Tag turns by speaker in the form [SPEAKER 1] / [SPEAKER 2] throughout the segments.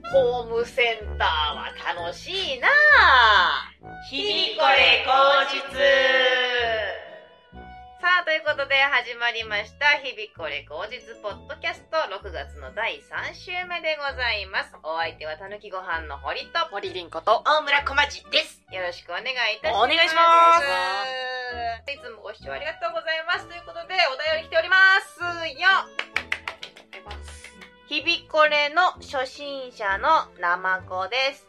[SPEAKER 1] ーセンターは楽しいな
[SPEAKER 2] 日々これ口実
[SPEAKER 1] さあ、ということで始まりました。日々これ口実ポッドキャスト6月の第3週目でございます。お相手はたぬきご飯の堀と、
[SPEAKER 2] 森凛子と大村小町です。
[SPEAKER 1] よろしくお願いいたします。
[SPEAKER 2] お願いしま
[SPEAKER 1] い
[SPEAKER 2] す
[SPEAKER 1] つもご視聴ありがとうございます。ということで、お便り来ておりますよ日々これの初心者のナマコです。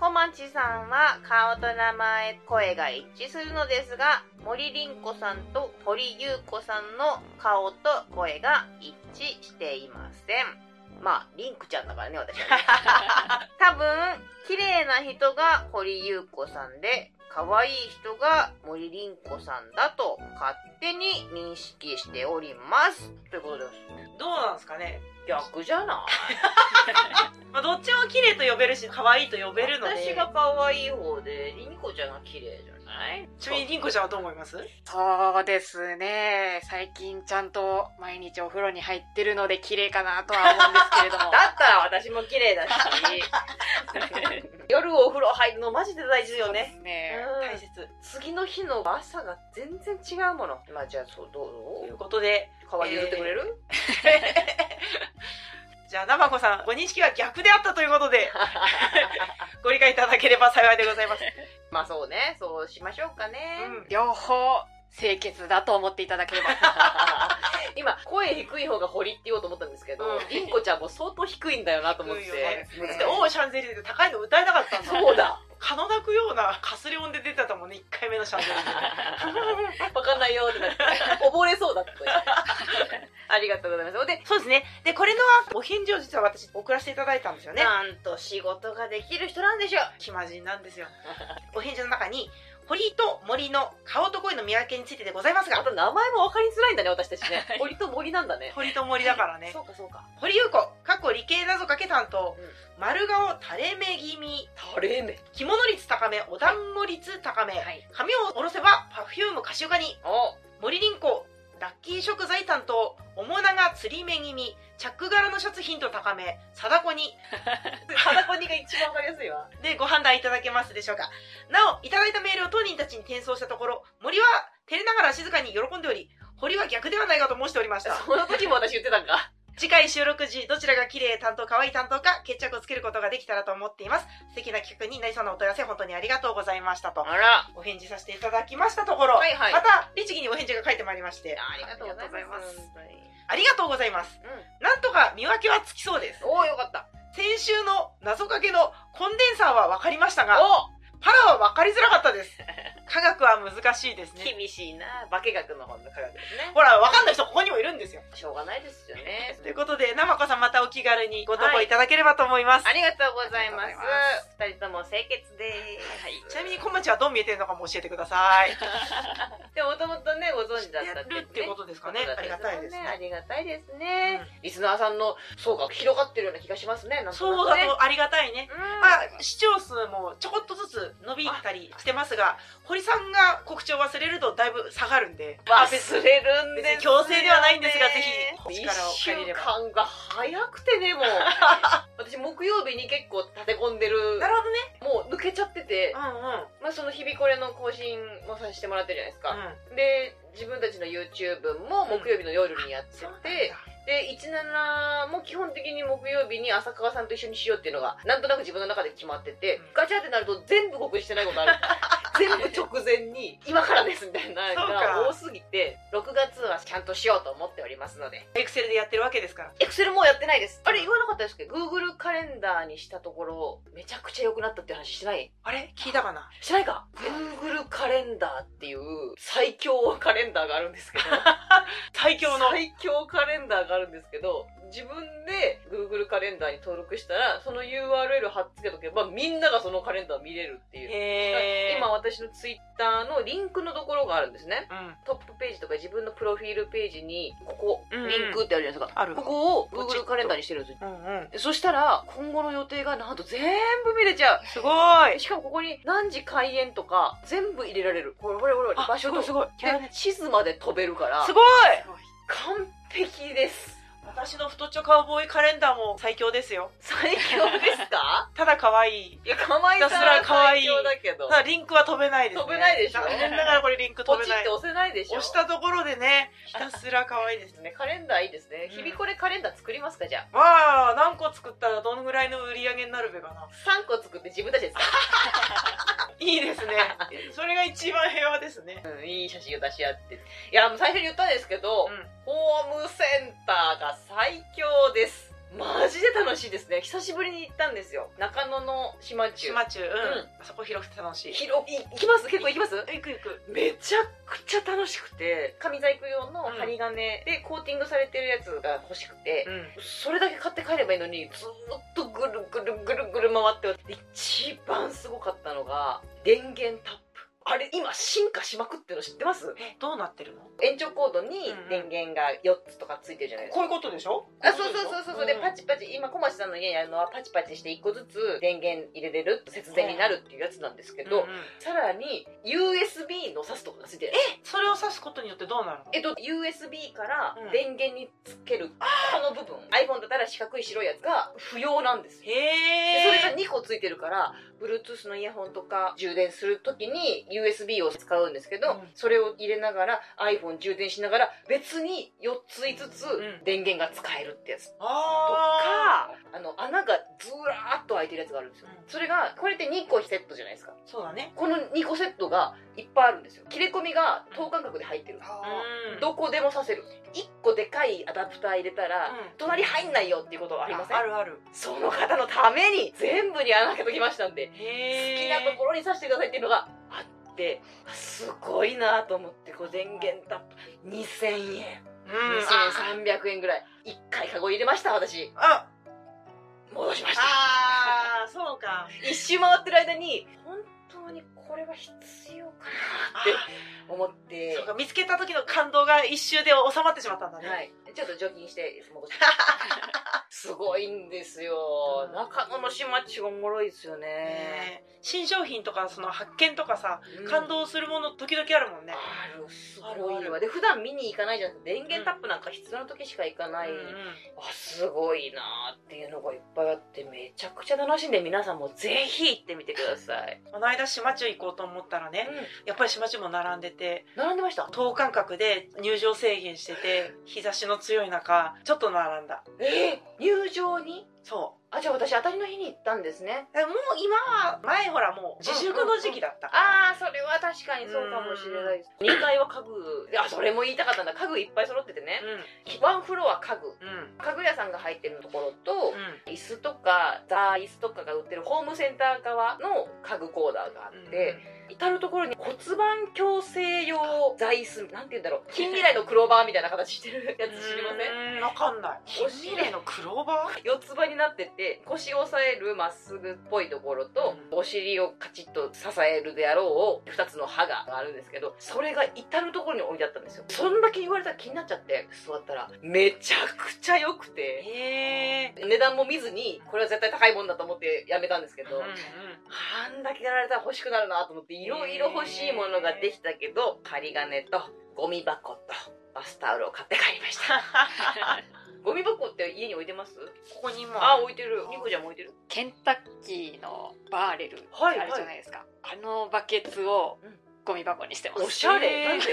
[SPEAKER 1] 小町さんは顔と名前、声が一致するのですが、森凛子さんと堀優子さんの顔と声が一致していません。まあ、凛子ちゃんだからね、私はね。多分、綺麗な人が堀優子さんで、可愛い人が森凛子さんだと勝手に認識しております。ということです。
[SPEAKER 2] どうなんですかね。
[SPEAKER 1] 逆じゃない
[SPEAKER 2] まあ、どっちも綺麗と呼べるし、可愛いと呼べるので。
[SPEAKER 1] 私が可愛い方で、りんこちゃんが綺麗じゃない
[SPEAKER 2] ちなみに凛子ちゃんはどう思います
[SPEAKER 3] そうですね。最近ちゃんと毎日お風呂に入ってるので綺麗かなとは思うんですけれ ども。
[SPEAKER 1] だったら私も綺麗だし、 夜お風呂入るのマジで大事よね。
[SPEAKER 3] ね
[SPEAKER 1] うん
[SPEAKER 2] 大切。
[SPEAKER 1] 次の日の朝が全然違うもの。まあじゃあそう、ど
[SPEAKER 2] といううことで、
[SPEAKER 1] ぞ。可愛い言ってくれる、
[SPEAKER 2] じゃあ、ナマコさん、ご認識は逆であったということで、ご理解いただければ幸いでご ざいます。
[SPEAKER 1] まあそうね、そうしましょうかね。
[SPEAKER 2] うん。
[SPEAKER 3] 両方清潔だと思っていただければ。
[SPEAKER 1] 今、声低い方が堀って言おうと思ったんですけど
[SPEAKER 2] うん、
[SPEAKER 1] り、んこちゃんも相当低いんだよなと思って
[SPEAKER 2] 低いよね。
[SPEAKER 3] そうです
[SPEAKER 2] で、
[SPEAKER 3] ね
[SPEAKER 2] オーシャンゼリーで高いの歌えなかったん だ。
[SPEAKER 1] そう。だ。
[SPEAKER 2] かの泣くようなかすれ音で出てたもんね、1回目のシャ ンゼリーで。
[SPEAKER 1] わかんないよってなって、溺れそうだ った。ありがとうございます。で、
[SPEAKER 2] そうですね。で、これのお返事を実は私送らせていただいたんですよね。
[SPEAKER 1] なんと仕事ができる人なんでしょう。
[SPEAKER 2] 気まじんなんですよ。お返事の中に、堀と森の顔と声の見分けについてでございます
[SPEAKER 1] あ
[SPEAKER 2] が、
[SPEAKER 1] と名前も分かりづらいんだね、私たちね。森と森なんだね。
[SPEAKER 2] 堀と森だからね
[SPEAKER 1] そ。うかそうか。
[SPEAKER 2] 堀優子、過去理系謎かけ担当、丸顔垂れ目気味、
[SPEAKER 1] 垂れ目。
[SPEAKER 2] 着物率高め、お団子率高め、
[SPEAKER 3] い。
[SPEAKER 2] 髪を下ろせばパフュームカシオカに、
[SPEAKER 1] お
[SPEAKER 2] 森凛子、ラッキー食材担当、おもなが釣り目気味、チャック柄のシャツヒント高め、貞子に、
[SPEAKER 1] 花子にが一番分かりやすいわ。
[SPEAKER 2] でご判断いただけますでしょうか。なお、いただいたメールを当人たちに転送したところ、森は照れながら静かに喜んでおり、堀は逆ではないかと申しておりました。
[SPEAKER 1] その時も私言ってたんか。
[SPEAKER 2] 次回収録時、どちらが綺麗担当、可愛い担当か、決着をつけることができたらと思っています。素敵な企画になりそうなお問い合わせ、本当にありがとうございましたと。
[SPEAKER 1] ら。
[SPEAKER 2] お返事させていただきましたところ、
[SPEAKER 1] はいはい
[SPEAKER 2] また、律儀にお返事が書いてまいりまして、
[SPEAKER 1] ありがとうございます。
[SPEAKER 2] ありがとうございます。
[SPEAKER 1] うん。
[SPEAKER 2] なんとか見分けはつきそうです。
[SPEAKER 1] おおよかった。
[SPEAKER 2] 先週の謎かけのコンデンサーは分かりましたが、
[SPEAKER 1] お
[SPEAKER 2] パラは分かりづらかった です。科学は難しいですね。
[SPEAKER 1] 厳しいな。化学の方の科学ですね。
[SPEAKER 2] ほら、分かんない人ここにもいるんですよ。
[SPEAKER 1] しょうがないですよ ね。
[SPEAKER 2] ということで、なまこさんまたお気軽にご投稿いただければと思います。
[SPEAKER 1] ありがとうござい
[SPEAKER 3] あ
[SPEAKER 1] ます
[SPEAKER 3] りがとうございま。
[SPEAKER 1] 二人とも清潔です。はい
[SPEAKER 2] ちなみに、小町はどう見えてるのかも教えてくだ さい。
[SPEAKER 1] でも、もともとね、ご存知だった
[SPEAKER 2] やるってことですかね。ありがたいです
[SPEAKER 1] あ
[SPEAKER 2] ね。
[SPEAKER 1] りがたいですね
[SPEAKER 2] うん。
[SPEAKER 1] リスナーさんの層が広がってるような気がしますね。なんと
[SPEAKER 2] そう
[SPEAKER 1] なくね
[SPEAKER 2] だ。とありがたいね。
[SPEAKER 1] うん
[SPEAKER 2] まあ、視聴数もちょこっとずつ伸びたりしてますが、堀さんが告知を忘れるとだいぶ下がるんで、
[SPEAKER 1] 忘れるんですよね
[SPEAKER 2] 別に強制ではないんですがぜひ
[SPEAKER 1] 一
[SPEAKER 2] 力を
[SPEAKER 1] 週
[SPEAKER 2] 借りれば
[SPEAKER 1] 間が早くて ねもう私木曜日に結構立て込んでる
[SPEAKER 2] なるほどね。
[SPEAKER 1] もう抜けちゃってて
[SPEAKER 2] う、んうん。
[SPEAKER 1] まあ、その日々これの更新もさせてもらってるじゃないですか、で自分たちの YouTube も木曜日の夜にやってて、
[SPEAKER 2] うん、
[SPEAKER 1] で
[SPEAKER 2] で、
[SPEAKER 1] 17も基本的に木曜日に浅川さんと一緒にしようっていうのがなんとなく自分の中で決まってて、
[SPEAKER 2] うん
[SPEAKER 1] ガチャってなると全部告知してないことあ る全部直前に今からですみたいなの
[SPEAKER 2] そう
[SPEAKER 1] が
[SPEAKER 2] か
[SPEAKER 1] 多すぎて6月はちゃんとしようと思っておりますので
[SPEAKER 2] エクセルでやってるわけですから。
[SPEAKER 1] エクセルもうやってないですあれ言わなかったですけど Google カレンダーにしたところめちゃくちゃ良くなったっていう話してない
[SPEAKER 2] あれ聞いたかな
[SPEAKER 1] してないか Google カレンダーっていう最強カレンダーがあるんですけど
[SPEAKER 2] 最強の。
[SPEAKER 1] 最強カレンダーがあるんですけど自分で Google カレンダーに登録したらその URL 貼っつけとけばみんながそのカレンダー見れるっていう
[SPEAKER 2] へー
[SPEAKER 1] 今私の Twitter のリンクのところがあるんですね
[SPEAKER 2] うん。
[SPEAKER 1] トップページとか自分のプロフィールページにここ
[SPEAKER 2] うんうん
[SPEAKER 1] リンクってあるじゃないですか、
[SPEAKER 2] ある
[SPEAKER 1] ここを
[SPEAKER 2] ポチッ
[SPEAKER 1] Google
[SPEAKER 2] と
[SPEAKER 1] カレンダーにしてるんです
[SPEAKER 2] うんうん。
[SPEAKER 1] よそしたら今後の予定がなんと全部見れちゃう
[SPEAKER 2] すごーい。
[SPEAKER 1] しかもここに何時開演とか全部入れられるこれこれこれ
[SPEAKER 2] あ
[SPEAKER 1] 場所と
[SPEAKER 2] すごいすごい
[SPEAKER 1] で地図まで飛べるから
[SPEAKER 2] すごい
[SPEAKER 1] 完璧です
[SPEAKER 2] 私私の太っちょカウボーイカレンダーも最強ですよ。
[SPEAKER 1] 最強ですか
[SPEAKER 2] ただ可愛い。
[SPEAKER 1] いや、可愛さは最強だけど
[SPEAKER 2] た。だリンクは飛べないです、ね。
[SPEAKER 1] 飛べないでしょ
[SPEAKER 2] 残念ながらこれリンク
[SPEAKER 1] ポ
[SPEAKER 2] 飛べ
[SPEAKER 1] チっ
[SPEAKER 2] ない
[SPEAKER 1] て。押せないでしょ。
[SPEAKER 2] 押したところでね、 ひたすら可愛いですね。
[SPEAKER 1] ね。カレンダーいいですね。
[SPEAKER 2] うん
[SPEAKER 1] 日々これカレンダー作りますか、じゃあ。
[SPEAKER 2] わあ、何個作ったらどのぐらいの売り上げになるべかな。
[SPEAKER 1] 3個作って自分たちで作
[SPEAKER 2] いいです ね。それが一番平和ですね。
[SPEAKER 1] る。うんいい写真を出し合って。いや、もう最初に言ったんですけど、
[SPEAKER 2] うん
[SPEAKER 1] ホームセンターが最強です。マジで楽しいですね。久しぶりに行ったんですよ。中野の島中。
[SPEAKER 2] 島中、うん。
[SPEAKER 1] ん
[SPEAKER 2] あそこ広くて楽しい。
[SPEAKER 1] 広い行きます結構行きます
[SPEAKER 2] 行く行く。
[SPEAKER 1] めちゃくちゃ楽しくて紙細工用の針金でコーティングされてるやつが欲しくて、
[SPEAKER 2] うん。
[SPEAKER 1] それだけ買って帰ればいいのにずーっとぐるぐるぐるぐる回って一番すごかったのが電源タップあれ今進化しまくってるの知ってます
[SPEAKER 2] え、どうなってるの
[SPEAKER 1] 延長コードに電源が4つとかついてるじゃないですか
[SPEAKER 2] こういうことでしょ
[SPEAKER 1] あそうそうそうそうそうでパ
[SPEAKER 2] チ
[SPEAKER 1] チパチ今小町さんの家にあるのはパチパチして1個ずつ電源入れれる節電になるっていうやつなんですけ
[SPEAKER 2] け
[SPEAKER 1] ど、さらに USB の挿すとこがついてる
[SPEAKER 2] それを指すことによってどうなるの
[SPEAKER 1] えっと、USB から
[SPEAKER 2] うん
[SPEAKER 1] 電源につける、この部分 iPhone だったら四角い白いやつが不要なんですよで
[SPEAKER 2] へ
[SPEAKER 1] それが
[SPEAKER 2] え
[SPEAKER 1] 2個ついてるから、Bluetooth のイヤホンとか充電するときに USB を使うんですけど、
[SPEAKER 2] うん
[SPEAKER 1] それを入れながら iPhone 充電しながら別に4つ5つ
[SPEAKER 2] うん
[SPEAKER 1] 電源が使えるってやつと
[SPEAKER 2] あ
[SPEAKER 1] か、あの、穴がずらーっと開いてるやつがあるんですよ。
[SPEAKER 2] うん
[SPEAKER 1] それが、これって2個セットじゃないですか。
[SPEAKER 2] ーそうだね
[SPEAKER 1] この2個セットがいっぱいあるんですよ。切れ込みが等間隔で入ってる。
[SPEAKER 2] うん
[SPEAKER 1] どこでもさせる1個でかいアダプター入れたら、
[SPEAKER 2] うん
[SPEAKER 1] 隣入んないよっていうことはありません
[SPEAKER 2] あるある
[SPEAKER 1] その方のために全部に穴開けときましたんで、好
[SPEAKER 2] へ
[SPEAKER 1] き
[SPEAKER 2] え
[SPEAKER 1] なところにさしてくださいっていうのがあってすごいなと思ってこう電源タップ2000円
[SPEAKER 2] うんあ
[SPEAKER 1] 2300円ぐらい1回カゴ入れました私
[SPEAKER 2] あ
[SPEAKER 1] 戻しました
[SPEAKER 2] あーそうか
[SPEAKER 1] 一周回ってる間に本当にこれは必要かなって思って
[SPEAKER 2] そうか見つけた時の感動が一周で収まってしまったんだね、
[SPEAKER 1] はい、ちょっと除菌して戻して すごいんですよ中野の島中おもろいですよね、
[SPEAKER 2] ねえ新商品とかその発見とかさ、
[SPEAKER 1] うん
[SPEAKER 2] 感動するもの時々あるもんね、
[SPEAKER 1] あるすごいわで普段見に行かないじゃなくて電源タップなんか必要な時しか行かない、
[SPEAKER 2] うんうん
[SPEAKER 1] あすごいなーっていうのがいっぱいあってめちゃくちゃ楽しんで皆さんもぜひ行ってみてください、
[SPEAKER 2] この間島中行こうと思ったらねやっぱり島中も並んでて
[SPEAKER 1] 並んでました
[SPEAKER 2] 等間隔で入場制限してて日差しの強い中ちょっと並んだ
[SPEAKER 1] えー、入場に
[SPEAKER 2] そ
[SPEAKER 1] あじゃあ私当たりの日に行ったんですね
[SPEAKER 2] うえもう今は前ほらもう自粛の時期だった、
[SPEAKER 1] ああそれは確かにそうかもしれないです2階は家具あそれも言いたかったんだ家具いっぱい揃っててねワンフロア家具
[SPEAKER 2] うんうん
[SPEAKER 1] 家具屋さんが入ってるところと
[SPEAKER 2] う、ん
[SPEAKER 1] 椅子とかザー椅子とかが売ってるホームセンター側の家具コーナーがあって、至る所に骨盤矯正用座椅子なんて言うんだろう近未来のクローバーみたいな形してるやつ知りません
[SPEAKER 2] うんわかんない
[SPEAKER 1] お
[SPEAKER 2] 近
[SPEAKER 1] 尻
[SPEAKER 2] 未来のクローバ
[SPEAKER 1] 四つ葉になってて腰を押さえるまっすぐっぽいところと、
[SPEAKER 2] うん
[SPEAKER 1] お尻をカチッと支えるであろう2つの歯があるんですけどそれが至る所に置いてあったんですよそんだけ言われたら気になっちゃって座ったらめちゃくちゃ良くて
[SPEAKER 2] ーへえ
[SPEAKER 1] 値段も見ずにこれは絶対高いもんだと思ってやめたんですけど、
[SPEAKER 2] うんうん
[SPEAKER 1] あんだけやられたら欲しくなるなと思っていろいろ欲しいものができたけど針金とゴミ箱とバスタオルを買って帰りました ゴミ箱って家に置いてます
[SPEAKER 2] ここにも
[SPEAKER 1] あ置いてるニコちゃんも置いてる
[SPEAKER 3] ケンタッキーのバーレルって
[SPEAKER 1] はい
[SPEAKER 3] あるじゃないですか、あのバケツを
[SPEAKER 1] うん
[SPEAKER 3] ゴミ箱にしてます
[SPEAKER 1] おしゃれなんで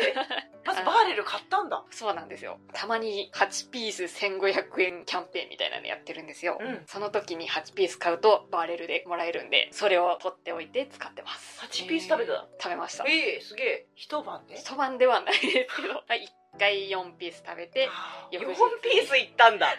[SPEAKER 2] まずバーレル買ったんだ
[SPEAKER 3] そうなんですよたまに8ピース1500円キャンペーンみたいなのやってるんですよ、
[SPEAKER 1] うん
[SPEAKER 3] その時に8ピース買うとバーレルでもらえるんでそれを取っておいて使ってます
[SPEAKER 1] 8ピース食べた
[SPEAKER 3] 食べました
[SPEAKER 1] ええすげえ
[SPEAKER 2] 一晩で
[SPEAKER 3] 一晩ではないですけど1回4ピース食べて
[SPEAKER 2] あー
[SPEAKER 1] 4
[SPEAKER 3] 翌日
[SPEAKER 1] ピースいったんだ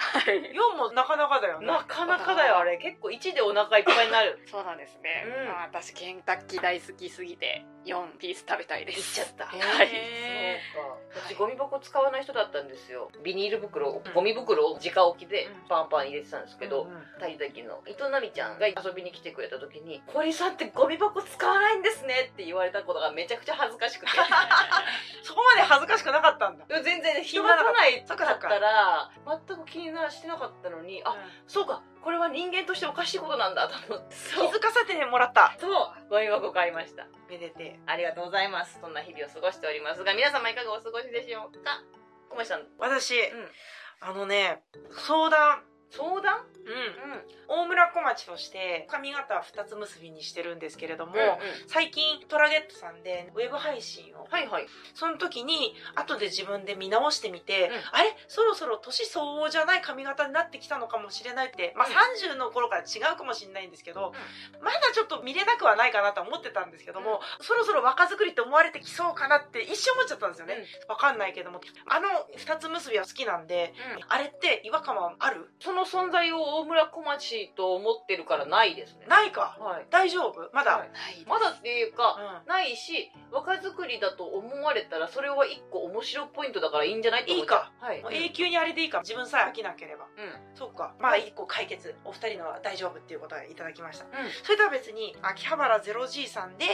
[SPEAKER 2] 四もなかなかだよ ね
[SPEAKER 1] なかなかだよあれ結構1でお腹いっぱいに なる
[SPEAKER 3] そうなんですね、
[SPEAKER 1] うん
[SPEAKER 3] まあ私ケンタッキー大好きすぎて4ピース食べたいで
[SPEAKER 1] いっ
[SPEAKER 3] す
[SPEAKER 1] ちゃった
[SPEAKER 3] はい
[SPEAKER 2] へ
[SPEAKER 1] そうか
[SPEAKER 3] は
[SPEAKER 1] 私
[SPEAKER 3] い
[SPEAKER 1] ゴミ箱使わない人だったんですよビニール袋をゴミ袋を直置きで
[SPEAKER 2] うん
[SPEAKER 1] パンパン入れてたんです
[SPEAKER 2] ー
[SPEAKER 1] けど
[SPEAKER 2] うんうん
[SPEAKER 1] 二人だけの伊藤奈美ちゃんが遊びに来てくれた時に「堀さんってゴミ箱使わないんですね」って言われたことがめちゃくちゃ恥ずかし くて
[SPEAKER 2] そこまで恥ずかしくなかったんだ
[SPEAKER 1] でも全然ね人が来ない
[SPEAKER 2] そ
[SPEAKER 1] か
[SPEAKER 2] っかそ
[SPEAKER 1] っ
[SPEAKER 2] っか
[SPEAKER 1] たら全く気になしてなかったのにあ
[SPEAKER 2] うん
[SPEAKER 1] そうかこれは人間としておかしいことなんだと思って
[SPEAKER 2] 気
[SPEAKER 1] そう
[SPEAKER 2] づかせてもらった
[SPEAKER 1] そうゴミ箱買いました
[SPEAKER 2] めでてえ
[SPEAKER 1] ありがとうございますそんな日々を過ごしておりますが皆様いかがお過ごしでしょうか小林さん
[SPEAKER 2] 私、
[SPEAKER 1] ん
[SPEAKER 2] あのね、相談。
[SPEAKER 1] 相談
[SPEAKER 2] うん
[SPEAKER 1] う。ん。
[SPEAKER 2] 大村小町として髪型は二つ結びにしてるんですけれども、
[SPEAKER 1] もうん、
[SPEAKER 2] 最近トラゲットさんでウェブ配信を、
[SPEAKER 1] はいはい。
[SPEAKER 2] その時に後で自分で見直してみて、
[SPEAKER 1] うん
[SPEAKER 2] あれそろそろ年相応じゃない髪型になってきたのかもしれないって、まあ、
[SPEAKER 1] うん
[SPEAKER 2] 30の頃から違うかもしれないんですけど、まだちょっと見れなくはないかなとは思ってたんですけども、そろそろ若作りって思われてきそうかなって一瞬思っちゃったんですよね、わかんないけどもあの二つ結びは好きなんで
[SPEAKER 1] うん
[SPEAKER 2] あれって違和感はある
[SPEAKER 1] その存在を大村小町と思ってるからないですね。
[SPEAKER 2] ないか
[SPEAKER 1] はい。
[SPEAKER 2] 大丈夫まだ、
[SPEAKER 1] はい
[SPEAKER 3] ない
[SPEAKER 1] まだっていうか、
[SPEAKER 2] う
[SPEAKER 1] ないし、若作りだと思われたら、それは一個面白いポイントだからいいんじゃないって思っちゃう。はい。
[SPEAKER 2] んもう永久にあれでいいか自分さえ飽きなければ
[SPEAKER 1] うん。
[SPEAKER 2] そうかまあ一個解決お二人のは大丈夫っていうことはいただきました
[SPEAKER 1] うん。
[SPEAKER 2] それとは別に秋葉原 0G さんで、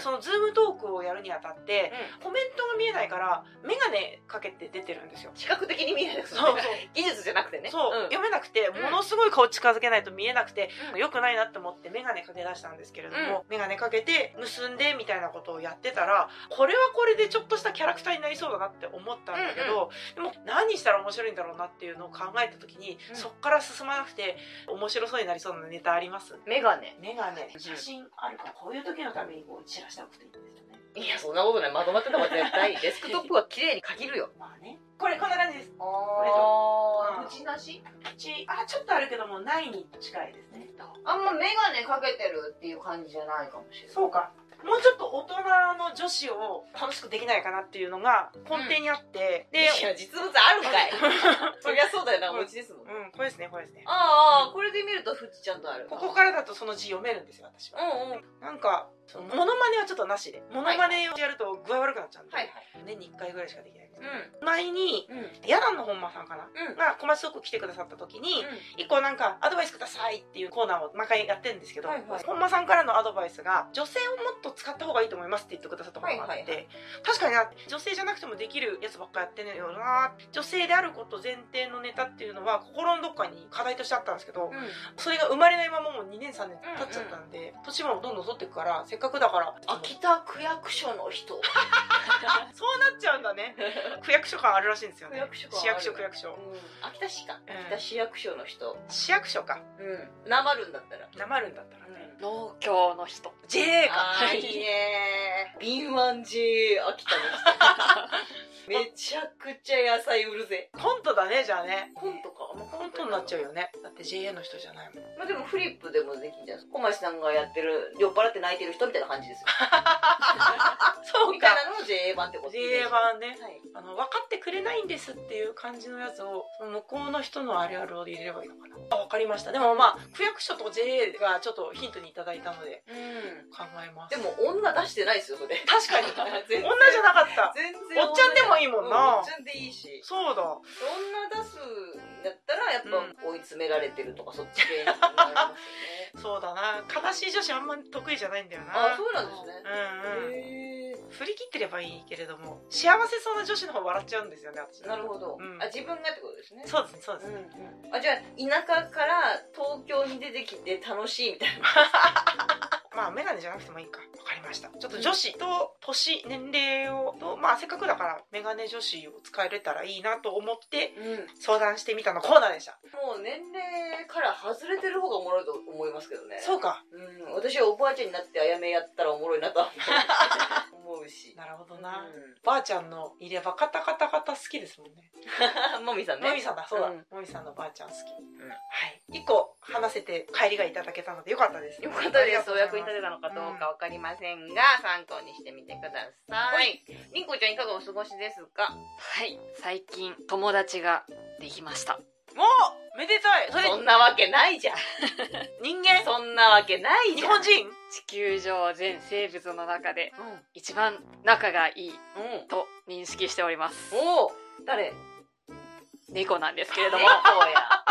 [SPEAKER 2] そのズームトークをやるにあたって、コメントが見えないから眼鏡かけて出てるんですよ
[SPEAKER 1] 視覚的に見えないですね
[SPEAKER 2] そうそう
[SPEAKER 1] 技術じゃなくてね。
[SPEAKER 2] そう、
[SPEAKER 1] ん
[SPEAKER 2] 読めなくて
[SPEAKER 1] うん
[SPEAKER 2] ものすごい顔近づけないと見えなくて、
[SPEAKER 1] う
[SPEAKER 2] 良
[SPEAKER 1] ん
[SPEAKER 2] よくないなって思って眼鏡かけ出したんですけれども、眼鏡かけて結んでみたいなことをやってたらこれはこれでちょっとしたキャラクターになりそうだなって思ったんだけど、でも何したら面白いんだろうなっていうのを考えた時に、
[SPEAKER 1] うん
[SPEAKER 2] そっから進まなくて面白そうになりそうなネタあります
[SPEAKER 1] メガネ。
[SPEAKER 2] 眼鏡写真あるからこういう時のためにこう散らしておくといいんですよね
[SPEAKER 1] いや、そんなことない。まとまってた方が絶対いい。 デスクトップは綺麗に限るよ。
[SPEAKER 2] まあねこれこんな感じです
[SPEAKER 1] あ
[SPEAKER 2] ー
[SPEAKER 1] 口なし
[SPEAKER 2] うちあちょっとあるけどもないに近いですね
[SPEAKER 1] あんまメガネかけてるっていう感じじゃないかもしれない。
[SPEAKER 2] そうかもうちょっと大人の女子を楽しくできないかなっていうのが根底にあって、で
[SPEAKER 1] いや、実物あるんかい。 そりゃそうだよな、
[SPEAKER 2] うん
[SPEAKER 1] お家ですもん。
[SPEAKER 2] うん、これですね、これですね。
[SPEAKER 1] ああ、これで見ると富士ちゃんとある。
[SPEAKER 2] ここからだとその字読めるんですよ、私は。
[SPEAKER 1] うんうん。はい
[SPEAKER 2] なんか、そのモノマネはちょっとなしで。モノマネをやると具合悪くなっちゃうんで、
[SPEAKER 1] はい。
[SPEAKER 2] 年に1回ぐらいしかできないんです
[SPEAKER 1] う
[SPEAKER 2] け
[SPEAKER 1] ん
[SPEAKER 2] ど。前に、
[SPEAKER 1] うん。うん。
[SPEAKER 2] ヤダンの本間さんかな
[SPEAKER 1] うん
[SPEAKER 2] が、小松トーク来てくださった時に、一個なんか、アドバイスくださいっていうコーナーを毎回やってるんですけど、
[SPEAKER 1] はいはい
[SPEAKER 2] 本間さんからのアドバイスが、女性をもっと使った方がいいと思いますって言ってくださったことがあって、
[SPEAKER 1] はいはいは
[SPEAKER 2] 確かにな、女性じゃなくてもできるやつばっかやってんのよな女性であること前提のネタっていうのは、心のどっかに課題としてあったんですけど、
[SPEAKER 1] うん。
[SPEAKER 2] それが生まれないままもう2年3年経っちゃったんで、年もどんどん取っていくからせっかくだから
[SPEAKER 1] 秋田区役所の人。
[SPEAKER 2] あそうなっちゃうんだね区役所感あるらしいんですよ
[SPEAKER 1] 区
[SPEAKER 2] ね
[SPEAKER 1] 役所
[SPEAKER 2] 市役所区役所
[SPEAKER 1] うん。秋田市か。
[SPEAKER 2] うん
[SPEAKER 1] 秋田市役所の人。
[SPEAKER 2] 市役所か
[SPEAKER 1] うん。なまるんだったら。
[SPEAKER 2] なまるんだったらね、
[SPEAKER 3] 農協の人
[SPEAKER 2] JA か
[SPEAKER 1] あーいいねー敏腕 JA 秋田の人めちゃくちゃ野菜売るぜ
[SPEAKER 2] コントだねじゃあね
[SPEAKER 1] コントか、まあ、
[SPEAKER 2] コントになっちゃう
[SPEAKER 1] よ、
[SPEAKER 2] よねだって JA の人じゃないもん
[SPEAKER 1] まあ、でもフリップでもできんじゃん小町さんがやってる酔っ払って泣いてる人みたいな感じですよ
[SPEAKER 2] そ
[SPEAKER 1] みたいなのを JA 版ってこと
[SPEAKER 2] JA 版ね
[SPEAKER 1] はい
[SPEAKER 2] あの分かってくれないんですっていう感じのやつをその向こうの人のあるあるを入れればいいのかなあ分かりましたでもまあ区役所と JA がちょっとヒントにいただいたので
[SPEAKER 1] うん
[SPEAKER 2] 考えます
[SPEAKER 1] でも女出してないですよそれ
[SPEAKER 2] 確かに
[SPEAKER 1] 全然
[SPEAKER 2] 女じゃなかった
[SPEAKER 1] 全然
[SPEAKER 2] おっちゃんでもいいもん
[SPEAKER 1] うお
[SPEAKER 2] な
[SPEAKER 1] っちゃんでいいし
[SPEAKER 2] そうだ
[SPEAKER 1] 女出すんだったらやっぱ追い詰められてるとかそっち系になり ますよね
[SPEAKER 2] そうだな悲しい女子あんま得意じゃないんだよな
[SPEAKER 1] あそうなんですね
[SPEAKER 2] うんうん
[SPEAKER 1] へ
[SPEAKER 2] 振り切ってればいいけれども幸せそうな女子の方笑っちゃうんですよね私
[SPEAKER 1] ーなるほど、
[SPEAKER 2] うん
[SPEAKER 1] あ自分がってことですね
[SPEAKER 2] そうですねそうですね、
[SPEAKER 1] うんうんあじゃあ田舎から東京に出てきて楽しいみたいな
[SPEAKER 2] まあ眼鏡じゃなくてもいいかわかりましたちょっと女子と年年齢をとまあせっかくだから眼鏡女子を使えれたらいいなと思って
[SPEAKER 1] うん
[SPEAKER 2] 相談してみたのコーナーでした、
[SPEAKER 1] もう年齢から外れてる方がおもろいと思いますけどね
[SPEAKER 2] そうか
[SPEAKER 1] うん私はおばあちゃんになってあやめやったらおもろいなとは思う思うし
[SPEAKER 2] なるほどな、
[SPEAKER 1] う
[SPEAKER 2] ばあちゃんの入れ歯カタカタカタ好きですもんね
[SPEAKER 1] ん もみさんね
[SPEAKER 2] もみさんだそうだ、
[SPEAKER 1] うん
[SPEAKER 2] もみさんのばあちゃん好き、
[SPEAKER 1] ん
[SPEAKER 2] はい一個話せて帰りがいただけたのでよかったです
[SPEAKER 1] よかったです。お役に立
[SPEAKER 2] て
[SPEAKER 1] てたのかどうかわかりませんが、参考にしてみてくださ。
[SPEAKER 2] はい
[SPEAKER 1] りんこちゃんいかがお過ごしですか
[SPEAKER 3] はい最近友達ができました
[SPEAKER 2] もうめでたいそれ
[SPEAKER 1] そんなわけないじゃん。
[SPEAKER 2] 人間
[SPEAKER 1] そんなわけないじ
[SPEAKER 2] 日
[SPEAKER 1] ゃん。
[SPEAKER 2] 本人
[SPEAKER 3] 地球上全生物の中で
[SPEAKER 1] うん。
[SPEAKER 3] 一番仲がいい
[SPEAKER 1] うん。
[SPEAKER 3] と認識しております
[SPEAKER 1] おお誰
[SPEAKER 3] 猫なんですけれ
[SPEAKER 1] 猫
[SPEAKER 3] ど
[SPEAKER 1] や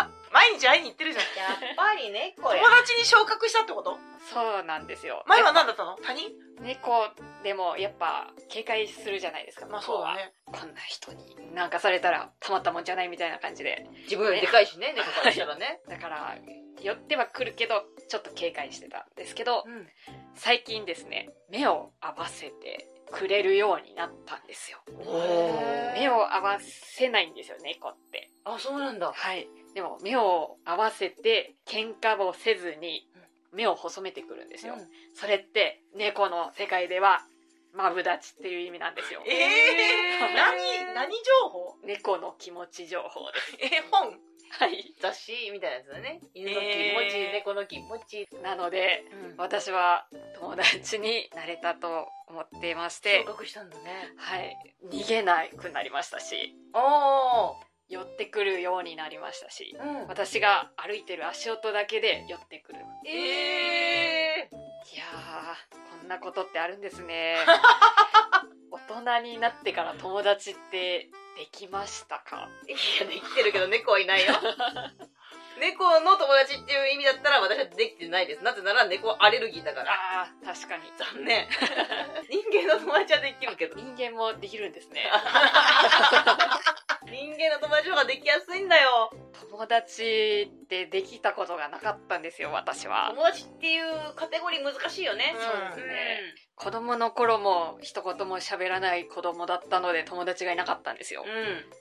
[SPEAKER 3] も
[SPEAKER 2] 毎日会いに行ってるじゃん
[SPEAKER 1] やっぱり猫や
[SPEAKER 2] 友達に昇格したってこと
[SPEAKER 3] そうなんですよ
[SPEAKER 2] 前は何だったの他人
[SPEAKER 3] 猫でもやっぱ警戒するじゃないですか
[SPEAKER 2] まあそうだね
[SPEAKER 3] 向こうはこんな人になんかされたらたまったもんじゃないみたいな感じで
[SPEAKER 1] 自分よりでかいしね猫からしたらね
[SPEAKER 3] だから寄っては来るけどちょっと警戒してたんですけど最近ですね目を合わせてくれるようになったんですよ。
[SPEAKER 1] お
[SPEAKER 3] 目を合わせないんですよ、猫って。
[SPEAKER 1] あ、そうなんだ。
[SPEAKER 3] はい。でも、目を合わせて、喧嘩をせずに、目を細めてくるんですよ。それって、猫の世界では、マブダチっていう意味なんですよ。
[SPEAKER 2] え え
[SPEAKER 3] えー
[SPEAKER 2] 何何情報
[SPEAKER 3] 猫の気持ち情報です。
[SPEAKER 2] 絵本
[SPEAKER 3] はい。
[SPEAKER 1] 雑誌みたいなやつだね。犬の気持ち、
[SPEAKER 2] えー
[SPEAKER 1] 猫の気持ち。
[SPEAKER 3] なので、
[SPEAKER 1] うん。
[SPEAKER 3] 私は友達になれたと思っていまして、
[SPEAKER 1] 昇格したんだね。
[SPEAKER 3] はい。逃げなくなりましたし、
[SPEAKER 1] お
[SPEAKER 3] 寄ってくるようになりましたし、
[SPEAKER 1] ー。うん。
[SPEAKER 3] 私が歩いてる足音だけで寄ってくる。
[SPEAKER 1] えー。
[SPEAKER 3] いやー、こんなことってあるんです ね。大人になってから友達ってできましたか
[SPEAKER 1] いや、できてるけど猫はいないよ。 猫の友達っていう意味だったら私はできてないです。なぜなら猫アレルギーだから。
[SPEAKER 3] あー、確かに。
[SPEAKER 1] 残念。 人間の友達はできるけ ど。
[SPEAKER 3] 人間もできるんですね。
[SPEAKER 1] 人間の友達の方ができやすいんだよ。
[SPEAKER 3] 友達ってできたことがなかったんですよ、私は。
[SPEAKER 1] 友達っていうカテゴリー難しいよね。
[SPEAKER 2] うん
[SPEAKER 3] そうですね子供の頃も一言も喋らない子供だったので友達がいなかったんですよ。
[SPEAKER 1] う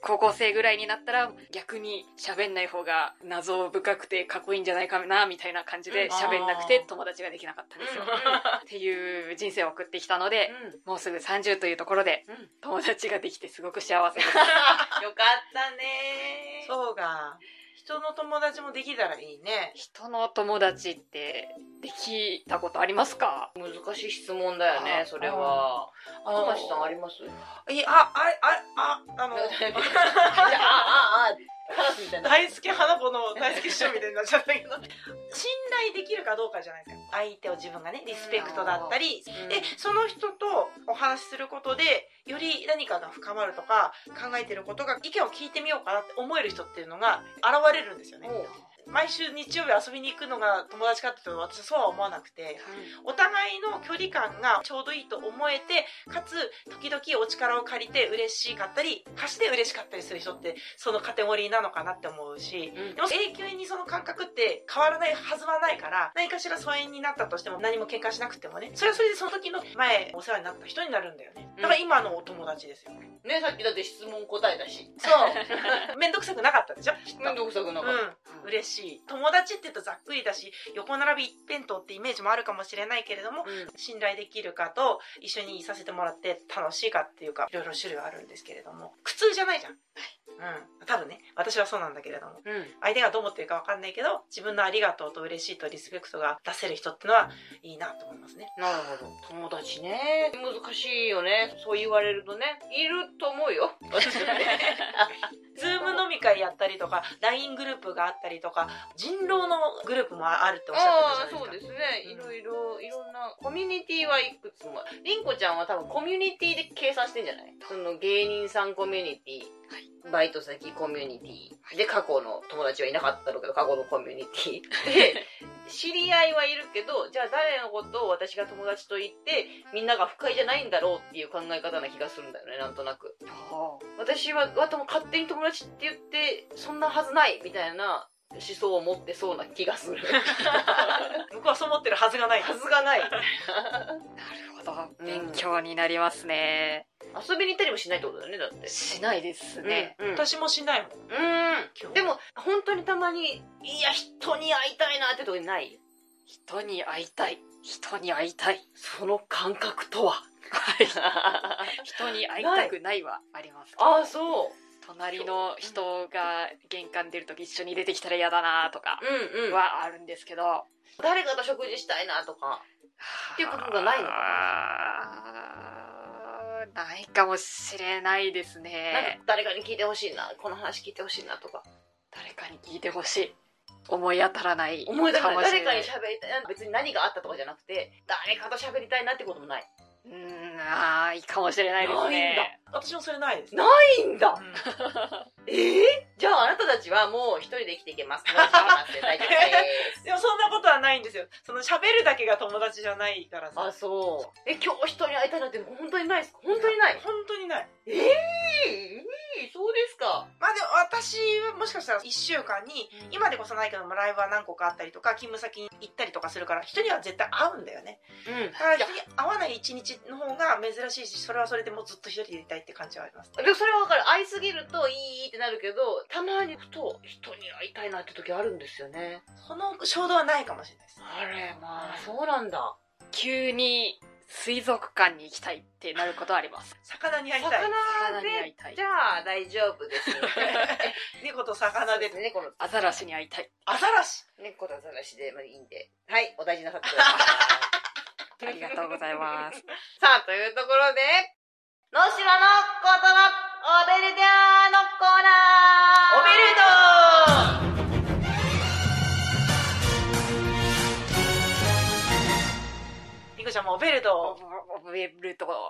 [SPEAKER 3] 高校生ぐらいになったら逆に喋んない方が謎深くてかっこいいんじゃないかなみたいな感じで喋んなくて友達ができなかったんですよ。っていう人生を送ってきたので、
[SPEAKER 1] ん。うん。
[SPEAKER 3] もうすぐ30というところで
[SPEAKER 1] うん。
[SPEAKER 3] 友達ができてすごく幸せです。
[SPEAKER 1] よかったね
[SPEAKER 2] そうが人の友達もできたらいいね
[SPEAKER 3] 人の友達ってできたことありますか
[SPEAKER 1] 難しい質問だよね
[SPEAKER 3] あ、
[SPEAKER 1] それは。
[SPEAKER 2] あ
[SPEAKER 1] 小町さんあります
[SPEAKER 2] いやあああああ の
[SPEAKER 1] あ、あ、あ、カラスみたいな。
[SPEAKER 2] 大好き花子の大好き師匠みたいになっちゃったけど信頼できるかどうかじゃないですか相手を自分がねリスペクトだったりでその人とお話しすることでより何かが深まるとか考えてることが意見を聞いてみようかなって思える人っていうのが現れるんですよね
[SPEAKER 1] もう
[SPEAKER 2] 毎週日曜日遊びに行くのが友達かっていうと私はそうは思わなくてお互いの距離感がちょうどいいと思えてかつ時々お力を借りて嬉しかったり貸して嬉しかったりする人ってそのカテゴリーなのかなって思うし
[SPEAKER 1] うん
[SPEAKER 2] でも永久にその感覚って変わらないはずはないから何かしら疎遠になったとしても何も喧嘩しなくてもねそれはそれでその時の前お世話になった人になるんだよねだから今のお友達ですよ、
[SPEAKER 1] ね、さっきだって質問答えたし。
[SPEAKER 2] そうめんどくさくなかったでしょきっと
[SPEAKER 1] めんどくさくなかった。
[SPEAKER 2] うん、嬉しい友達って言うとざっくりだし横並び一辺倒ってイメージもあるかもしれないけれども信頼できるかと一緒にいさせてもらって楽しいかっていうかいろいろ種類はあるんですけれども苦痛じゃないじゃん、うん、多分ね私はそうなんだけれども
[SPEAKER 1] うん。
[SPEAKER 2] 相手がどう思ってるかわかんないけど自分のありがとうと嬉しいとリスペクトが出せる人ってのはいいなと思いますね
[SPEAKER 1] なるほど。友達ね。難しいよね。そう言われるとね。いると思うよ。私は ね
[SPEAKER 2] ズーム飲み会やったりとか LINE グループがあったりとか人狼のグループもあるっておっしゃ
[SPEAKER 1] あ
[SPEAKER 2] ってたじ
[SPEAKER 1] あ
[SPEAKER 2] ゃ
[SPEAKER 1] そう
[SPEAKER 2] な
[SPEAKER 1] で
[SPEAKER 2] いで
[SPEAKER 1] す
[SPEAKER 2] す
[SPEAKER 1] ね
[SPEAKER 2] うん
[SPEAKER 1] いろいろいろんなコミュニティはいくつもりんこちゃんは多分コミュニティで計算してんじゃないその芸人さんコミュニティ、バイト先コミュニティで過去の友達はいなかったろうけど過去のコミュニテ ィで知り合いはいるけどじゃあ誰のことを私が友達と言ってみんなが不快じゃないんだろうっていう考え方な気がするんだよねなんとなく私はわたも勝手に友達って言ってそんなはずないみたいな思想を持ってそうな気が する
[SPEAKER 2] 向こうはそう思ってるはずがない
[SPEAKER 1] はずがない
[SPEAKER 3] なるほ
[SPEAKER 1] う
[SPEAKER 3] ど。
[SPEAKER 1] ん
[SPEAKER 3] 勉強になりますね。
[SPEAKER 1] 遊びに行ったりもしないってことだよねだって
[SPEAKER 3] しないですね
[SPEAKER 1] ね。うん、
[SPEAKER 2] 私もしないも
[SPEAKER 1] う
[SPEAKER 2] ん
[SPEAKER 1] んでも本当にたまにいや人に会いたいなって時ない
[SPEAKER 3] 人に会いたい。人に会いたい。
[SPEAKER 1] その感覚とは
[SPEAKER 3] 人に会いたくないはありますけど
[SPEAKER 1] ああそう
[SPEAKER 3] 隣の人が玄関出るとき一緒に出てきたら嫌だなとか
[SPEAKER 1] うんうん
[SPEAKER 3] はあるんですけど、っ
[SPEAKER 1] 誰かと食事したいなとかていうことがないのか
[SPEAKER 3] なないかもしれないです
[SPEAKER 1] なん
[SPEAKER 3] ね
[SPEAKER 1] か誰かに聞いてほしいなこの話聞いてほしいなとか
[SPEAKER 3] 誰かに聞いてほしい思い当たらない
[SPEAKER 1] 思い出から
[SPEAKER 3] し
[SPEAKER 1] 誰
[SPEAKER 3] れな
[SPEAKER 1] か
[SPEAKER 3] い
[SPEAKER 1] に喋りたい別に何があったとかじゃなくて誰かと喋りたいなってこともない
[SPEAKER 3] うんあーいいかもしれないですね
[SPEAKER 2] 私もそれないです
[SPEAKER 1] いいんだ
[SPEAKER 2] うん
[SPEAKER 1] ええじゃああなたたちはもう一人で生きていけますもう生きていけますって大丈夫です
[SPEAKER 2] でもそんなことはないんですよ。その喋るだけが友達じゃないからさ。
[SPEAKER 1] あ、そう。え、今日人に会いたいなんて本当にないです。本当にない。
[SPEAKER 2] 本当にない。
[SPEAKER 1] ええー、そうですか。
[SPEAKER 2] まあでも私はもしかしたら1週間に、今でこそないけどもライブは何個かあったりとか、勤務先に行ったりとかするから、人には絶対会うんだよね。
[SPEAKER 1] うん。
[SPEAKER 2] だから人に会わない一日の方が珍しいし、それはそれでもうずっと一人でいたいって感じはあります。
[SPEAKER 1] でもそれはわかる。会いすぎるといいってなるけど、たまにふと人に会いたいなって時あるんですよね。
[SPEAKER 2] その衝動はないかもしれないです。
[SPEAKER 1] あれ、まあ、そうなんだ。
[SPEAKER 3] 急に水族館に行きたいってなることあります。
[SPEAKER 2] 魚に会いたい。
[SPEAKER 1] 魚
[SPEAKER 3] 魚に会
[SPEAKER 1] で、
[SPEAKER 3] いたい
[SPEAKER 1] じゃ。あ大丈夫です。
[SPEAKER 2] 猫と魚で。
[SPEAKER 1] 猫の、
[SPEAKER 3] アザラシに会いたい。
[SPEAKER 2] アザラシ。
[SPEAKER 1] 猫とアザラシで、まあいいんで。はい、お大事なさってくだ
[SPEAKER 3] あ
[SPEAKER 1] さい。
[SPEAKER 3] りがとうございます。
[SPEAKER 1] さあ、というところで、のしろの言葉、オベルデアのコーナー
[SPEAKER 2] おめでとうニコちゃんもオベル
[SPEAKER 3] オ
[SPEAKER 2] ド。
[SPEAKER 3] ブオブエブルト。
[SPEAKER 1] このコー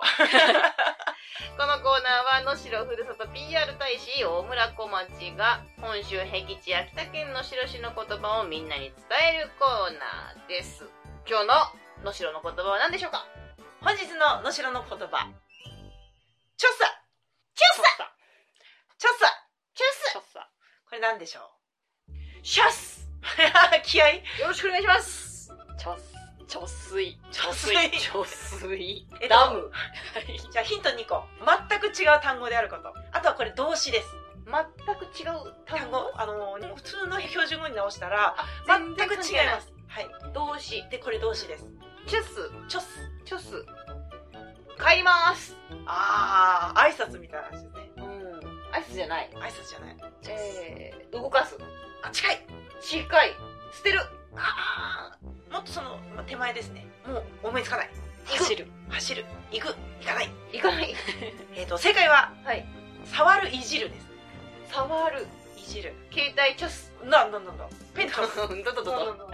[SPEAKER 1] ナーは能代ふるさと PR 大使大村小町が本州僻地秋田県能代市の言葉をみんなに伝えるコーナーです今日の能代の言葉は何でしょうか
[SPEAKER 2] 本日ののしろの言葉。ちょっさ
[SPEAKER 1] チュッサ
[SPEAKER 2] ちょっさ
[SPEAKER 1] チ
[SPEAKER 3] ち
[SPEAKER 1] ュッサ
[SPEAKER 3] ょっさ
[SPEAKER 2] これなんでしょう
[SPEAKER 1] シャッス
[SPEAKER 2] 気合い
[SPEAKER 1] よろしくお願いします
[SPEAKER 3] ちょっ貯水
[SPEAKER 2] 貯
[SPEAKER 3] 貯
[SPEAKER 2] 水
[SPEAKER 3] 水貯水
[SPEAKER 2] えっと
[SPEAKER 1] ダム
[SPEAKER 2] じゃあヒント2個全く違う単語であることあとはこれ動詞です
[SPEAKER 1] 全く違う
[SPEAKER 2] 単語あのー普通の標準語に直したら
[SPEAKER 1] あ
[SPEAKER 2] 全く違い
[SPEAKER 1] 全然
[SPEAKER 2] ますはい
[SPEAKER 1] 動詞
[SPEAKER 2] でこれ動詞です
[SPEAKER 1] チュッス
[SPEAKER 2] チョス
[SPEAKER 1] チュッス帰ります
[SPEAKER 2] ああ挨拶みたいな感じですね
[SPEAKER 1] うん挨拶じゃない
[SPEAKER 2] 挨拶じゃない
[SPEAKER 1] えー、動かす
[SPEAKER 2] あ近い
[SPEAKER 1] 近い捨てる
[SPEAKER 2] ああもっとそのま手前ですねもう思いつかない
[SPEAKER 3] 走る
[SPEAKER 2] 走る行く行かない
[SPEAKER 1] 行かない
[SPEAKER 2] えっ、と正解は、
[SPEAKER 1] はい、
[SPEAKER 2] 触るいじるです
[SPEAKER 1] 触る
[SPEAKER 2] いじる
[SPEAKER 1] 携帯チョス
[SPEAKER 2] なんなんなんだペン チョス
[SPEAKER 1] どどどど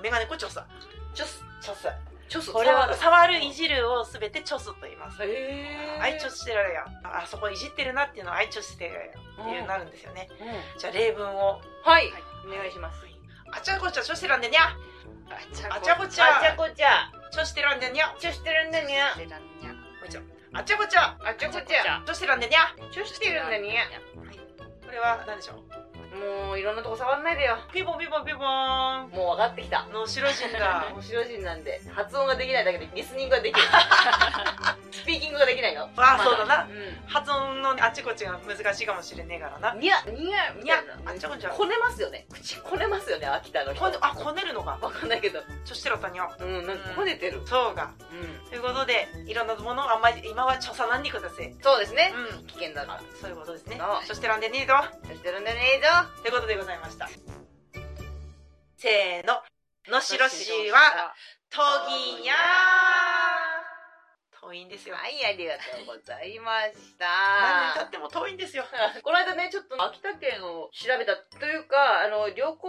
[SPEAKER 2] メガネこチョスだ
[SPEAKER 1] チョス
[SPEAKER 2] チョス
[SPEAKER 1] チョス
[SPEAKER 2] これは触るいじるをすべてチョスと言います。
[SPEAKER 1] へ
[SPEAKER 2] 愛調してるやん。ああそこいじってるなっていうのは愛調してるやんっていうなるんですよね。じゃあ例文を。
[SPEAKER 1] はいお願いします
[SPEAKER 2] あちゃこちゃちょしてるんでにゃ。
[SPEAKER 3] あち
[SPEAKER 2] あちゃこ
[SPEAKER 1] じ
[SPEAKER 2] ち
[SPEAKER 1] ゃあちゃ
[SPEAKER 2] ゃ
[SPEAKER 1] こちゃ
[SPEAKER 2] ちょしてるんでにゃ。
[SPEAKER 1] チョしてるんだにゃ
[SPEAKER 2] あちゃこちゃ
[SPEAKER 1] あちゃこ
[SPEAKER 3] こ
[SPEAKER 1] ちゃ
[SPEAKER 2] ちょしてるんでにゃ。
[SPEAKER 1] チョしてるんだにゃ
[SPEAKER 2] これは何でしょう
[SPEAKER 1] もういろんなとこ触んないでよ
[SPEAKER 2] ピボンピボンピボーン。
[SPEAKER 1] もう分かってきた
[SPEAKER 2] の白人だ。
[SPEAKER 1] 面白い人なんで発音ができないだけでリスニングができる スピーキングができないよ
[SPEAKER 2] ああ、そうだな。
[SPEAKER 1] う
[SPEAKER 2] 発音のあちこちが難しいかもしれねえからな。
[SPEAKER 1] んにゃにゃ
[SPEAKER 2] にゃあちゃこちゃ。
[SPEAKER 1] こねますよね口こねますよね秋田の人
[SPEAKER 2] こねあ、こねるのか。
[SPEAKER 1] わかんないけど
[SPEAKER 2] ちょしてるんだにゃ。
[SPEAKER 1] うんなんかこねてる
[SPEAKER 2] そうか。
[SPEAKER 1] うん
[SPEAKER 2] ということで、いろんなものをあんまり今は調査なんにください。
[SPEAKER 1] そうですね
[SPEAKER 2] うん。
[SPEAKER 1] 危険だから
[SPEAKER 2] そういうことですね
[SPEAKER 1] な。
[SPEAKER 2] そしてランデニード
[SPEAKER 1] チョしてるんだにゃ
[SPEAKER 2] ということでございました。せーの。のしろしは、とぎにゃー遠いんですよ。
[SPEAKER 1] はい、ありがとうございまし
[SPEAKER 2] 何年経
[SPEAKER 1] た
[SPEAKER 2] っ。ても遠いんですよ。
[SPEAKER 1] この間ね、ちょっと秋田県を調べたというか、あの、旅行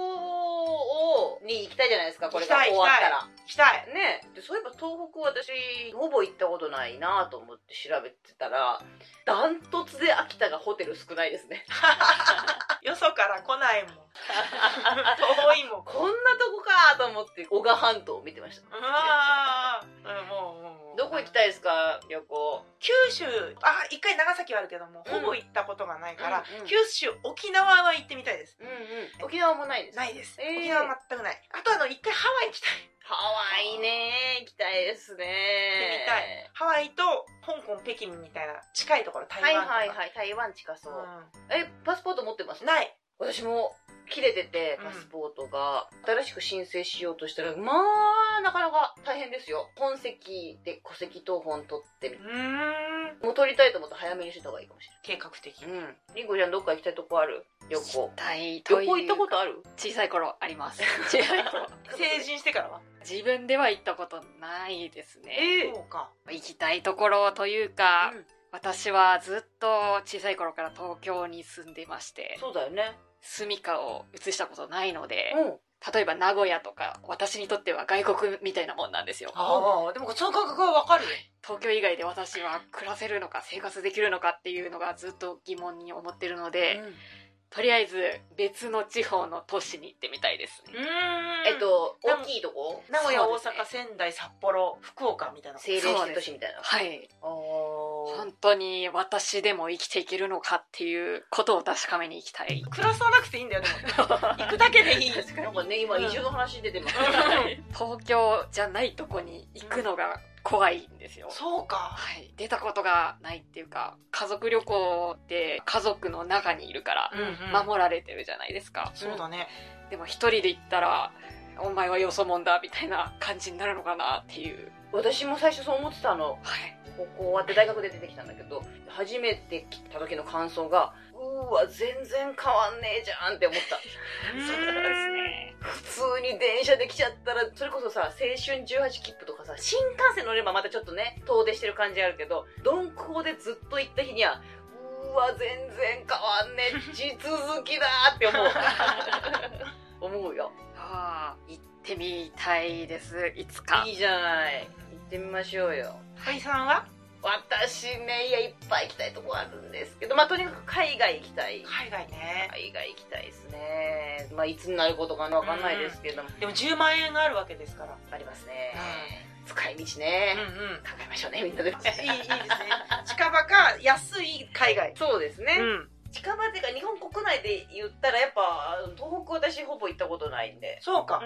[SPEAKER 1] を、に行きたいじゃないですか、これが
[SPEAKER 2] 行きたい
[SPEAKER 1] 終わったら。
[SPEAKER 2] 行きたい。
[SPEAKER 1] ねでそういえば東北私、ほぼ行ったことないなと思って調べてたら、ダントツで秋田がホテル少ないですね。
[SPEAKER 2] よそから来ないもん。遠いも ん。
[SPEAKER 1] こんなとこかと思って、男鹿半島を見てました。
[SPEAKER 2] うわーうんもうもうもう
[SPEAKER 1] どこ行きたいですか、旅行。
[SPEAKER 2] 九州あ一回長崎はあるけどもほぼ行ったことがないから、
[SPEAKER 1] うんうん
[SPEAKER 2] 九州沖縄は行ってみたいです
[SPEAKER 1] うんうん。沖縄もないです。
[SPEAKER 2] ないです、
[SPEAKER 1] えー
[SPEAKER 2] 沖縄は全くないあとあの一回ハワイ行きたい
[SPEAKER 1] ハワイね行きたいですね。
[SPEAKER 2] 行ってみたいハワイと香港北京みたいな近いところ台
[SPEAKER 1] はい
[SPEAKER 2] 湾とか、
[SPEAKER 1] はいはい台湾近そう、えパスポート持ってます
[SPEAKER 2] うんない
[SPEAKER 1] 私も切れてて
[SPEAKER 2] うん
[SPEAKER 1] パスポートが、新しく申請しようとしたらまあなかなか大変ですよ本籍で戸籍謄本取って
[SPEAKER 2] うーん
[SPEAKER 1] もう取りたいと思ったら早めにしてた方がいいかもし
[SPEAKER 2] 計画的
[SPEAKER 1] れないうんりんごちゃんどっか行きたいとこある旅
[SPEAKER 3] 行
[SPEAKER 1] 行
[SPEAKER 3] きたい
[SPEAKER 1] 旅
[SPEAKER 3] という
[SPEAKER 1] 行行ったことある
[SPEAKER 3] 小さい頃あります小さい頃
[SPEAKER 2] 成人してからは
[SPEAKER 3] 自分では行ったことないですね
[SPEAKER 1] ええ
[SPEAKER 2] そうか
[SPEAKER 3] 行きたいところというか、
[SPEAKER 1] うん
[SPEAKER 3] 私はずっと小さい頃から東京に住んでいまして
[SPEAKER 1] そうだよね
[SPEAKER 3] 住みかを移したことないので、
[SPEAKER 1] うん
[SPEAKER 3] 例えば名古屋とか私にとっては外国みたいなもんなんですよ
[SPEAKER 2] ああでもその感覚はわかるよ
[SPEAKER 3] 東京以外で私は暮らせるのか生活できるのかっていうのがずっと疑問に思ってるので、とりあえず別の地方の都市に行ってみたいですね、
[SPEAKER 1] えっと、大きいとこ
[SPEAKER 2] 名古屋、
[SPEAKER 3] そう
[SPEAKER 2] 大
[SPEAKER 3] ですね
[SPEAKER 2] 阪、仙台、札幌、福岡みたいなこと。
[SPEAKER 1] 政令指定都市みたいな。
[SPEAKER 3] はい
[SPEAKER 1] おー
[SPEAKER 3] 本当に私でも生きていけるのかっていうことを確かめに行きたい
[SPEAKER 2] 暮らさなくていいんだよ、でも行くだけでいい。ですか
[SPEAKER 1] なんかね、今移住の話出てます
[SPEAKER 3] 東京じゃないとこに行くのが怖いんですよ
[SPEAKER 2] そうか。
[SPEAKER 3] はい、出たことがないっていうか家族旅行って家族の中にいるから守られてるじゃないですか、
[SPEAKER 2] そうだね。
[SPEAKER 3] でも一人で行ったら「お前はよそもんだ」みたいな感じになるのかなっていう、
[SPEAKER 1] 私も最初そう思ってたの。
[SPEAKER 3] はい、
[SPEAKER 1] 高校終わって大学で出てきたんだけど、初めて来た時の感想が、うーわ、全然変わんねえじゃんって思った。
[SPEAKER 2] うん
[SPEAKER 3] そうですね
[SPEAKER 1] 普通に電車で来ちゃったらそれこそさ青春18切符とかさ新幹線乗ればまたちょっとね遠出してる感じあるけど鈍行でずっと行った日にはうーわ全然変わんねえ地続きだーって思う思うよ
[SPEAKER 3] ああ行ってみたいですいつか
[SPEAKER 1] いいじゃない行ってみましょうよ
[SPEAKER 2] ハイさんは
[SPEAKER 1] 私ねいやいっぱい行きたいとこあるんですけどまあとにかく海外行きたい
[SPEAKER 2] 海外ね。
[SPEAKER 1] 海外行きたいですねまあいつになることかわかんないですけども、
[SPEAKER 2] でも10万円があるわけですから。
[SPEAKER 1] ありますね、使い道ね、
[SPEAKER 2] うんうん。
[SPEAKER 1] 考えましょうねみんなで
[SPEAKER 2] いい、いいですね。近場か安い海外。
[SPEAKER 1] そうですね、
[SPEAKER 2] ん。
[SPEAKER 1] 近場っていうか日本国内で言ったらやっぱ東北私ほぼ行ったことないんで
[SPEAKER 2] そう
[SPEAKER 1] う
[SPEAKER 2] か。
[SPEAKER 1] ん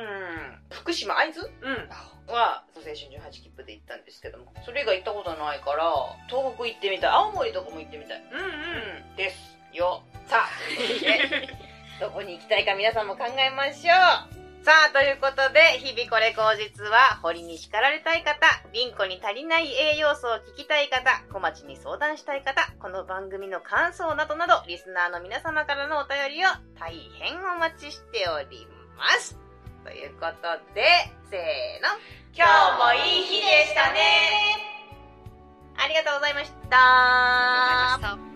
[SPEAKER 1] 福島会津
[SPEAKER 2] うん。
[SPEAKER 1] は青春18切符で行ったんですけどもそれ以外行ったことないから東北行ってみたい青森とかも行ってみたい
[SPEAKER 2] うんうん。
[SPEAKER 1] うんですよ さあねどこに行きたいか皆さんも考えましょうさあ、ということで、日々これ口実は、堀に叱られたい方、リンコに足りない栄養素を聞きたい方、小町に相談したい方、この番組の感想などなど、リスナーの皆様からのお便りを大変お待ちしております。ということで、せーの。
[SPEAKER 2] 今日もいい日でしたね
[SPEAKER 1] ありがとうございました。
[SPEAKER 3] ありがとうございました